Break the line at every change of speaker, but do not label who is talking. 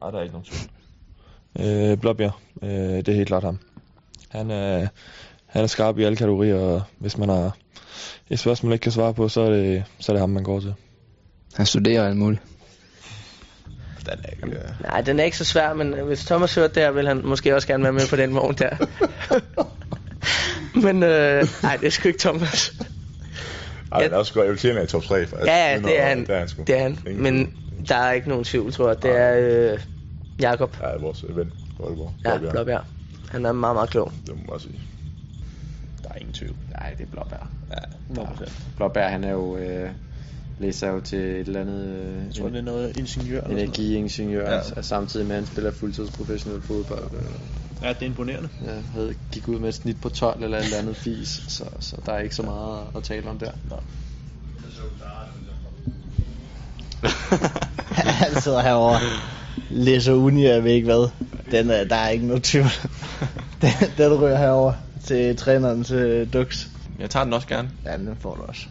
Nej, der er ikke nogen tvivl.
Øh, Blåbjerg, øh, det er helt klart ham. Han er, han er skarp i alle kategorier, og hvis man har et spørgsmål, man ikke kan svare på, så er det, så er det ham, man går til.
Han studerer alt muligt.
Den er ikke... øh,
Nej, den er ikke så svær, men øh, hvis Thomas hørte det her, vil han måske også gerne være med på den vogn der. men øh, nej, det er sgu ikke Thomas.
Ej, han er også godt irriterende i top 3. For, altså,
Ja, ja, det er han.
Det er han sgu.
Det er han.
Ingen
Men
tvivl.
der er ikke nogen tvivl, tror jeg. Det er øh, Jakob.
Ja, vores ven fra Aalborg.
Ja,
Blåbjerg.
Blåbjerg. Han er meget, meget klog.
Det må man bare sige.
Der er ingen tvivl.
Nej, det er Blåbær.
Ja, 100%.
Blåbær, han er jo... Øh, læser jo til et eller andet... Øh,
Jeg tror, det er noget ingeniør eller sådan
energiingeniør,
Ja.
ja. og samtidig med, at han spiller fuldtidsprofessionel fodbold. Øh,
noget. Ja, det er imponerende.
ja, havde, gik ud med et snit på 12 eller et eller andet fis, så, så der er ikke så meget at tale om der.
Han sidder herovre. Læser uni, og jeg ved ikke hvad. Den er, der er ikke noget tvivl. Den, den rører herover til træneren til Dux.
Jeg tager den også gerne.
Ja, den får du også.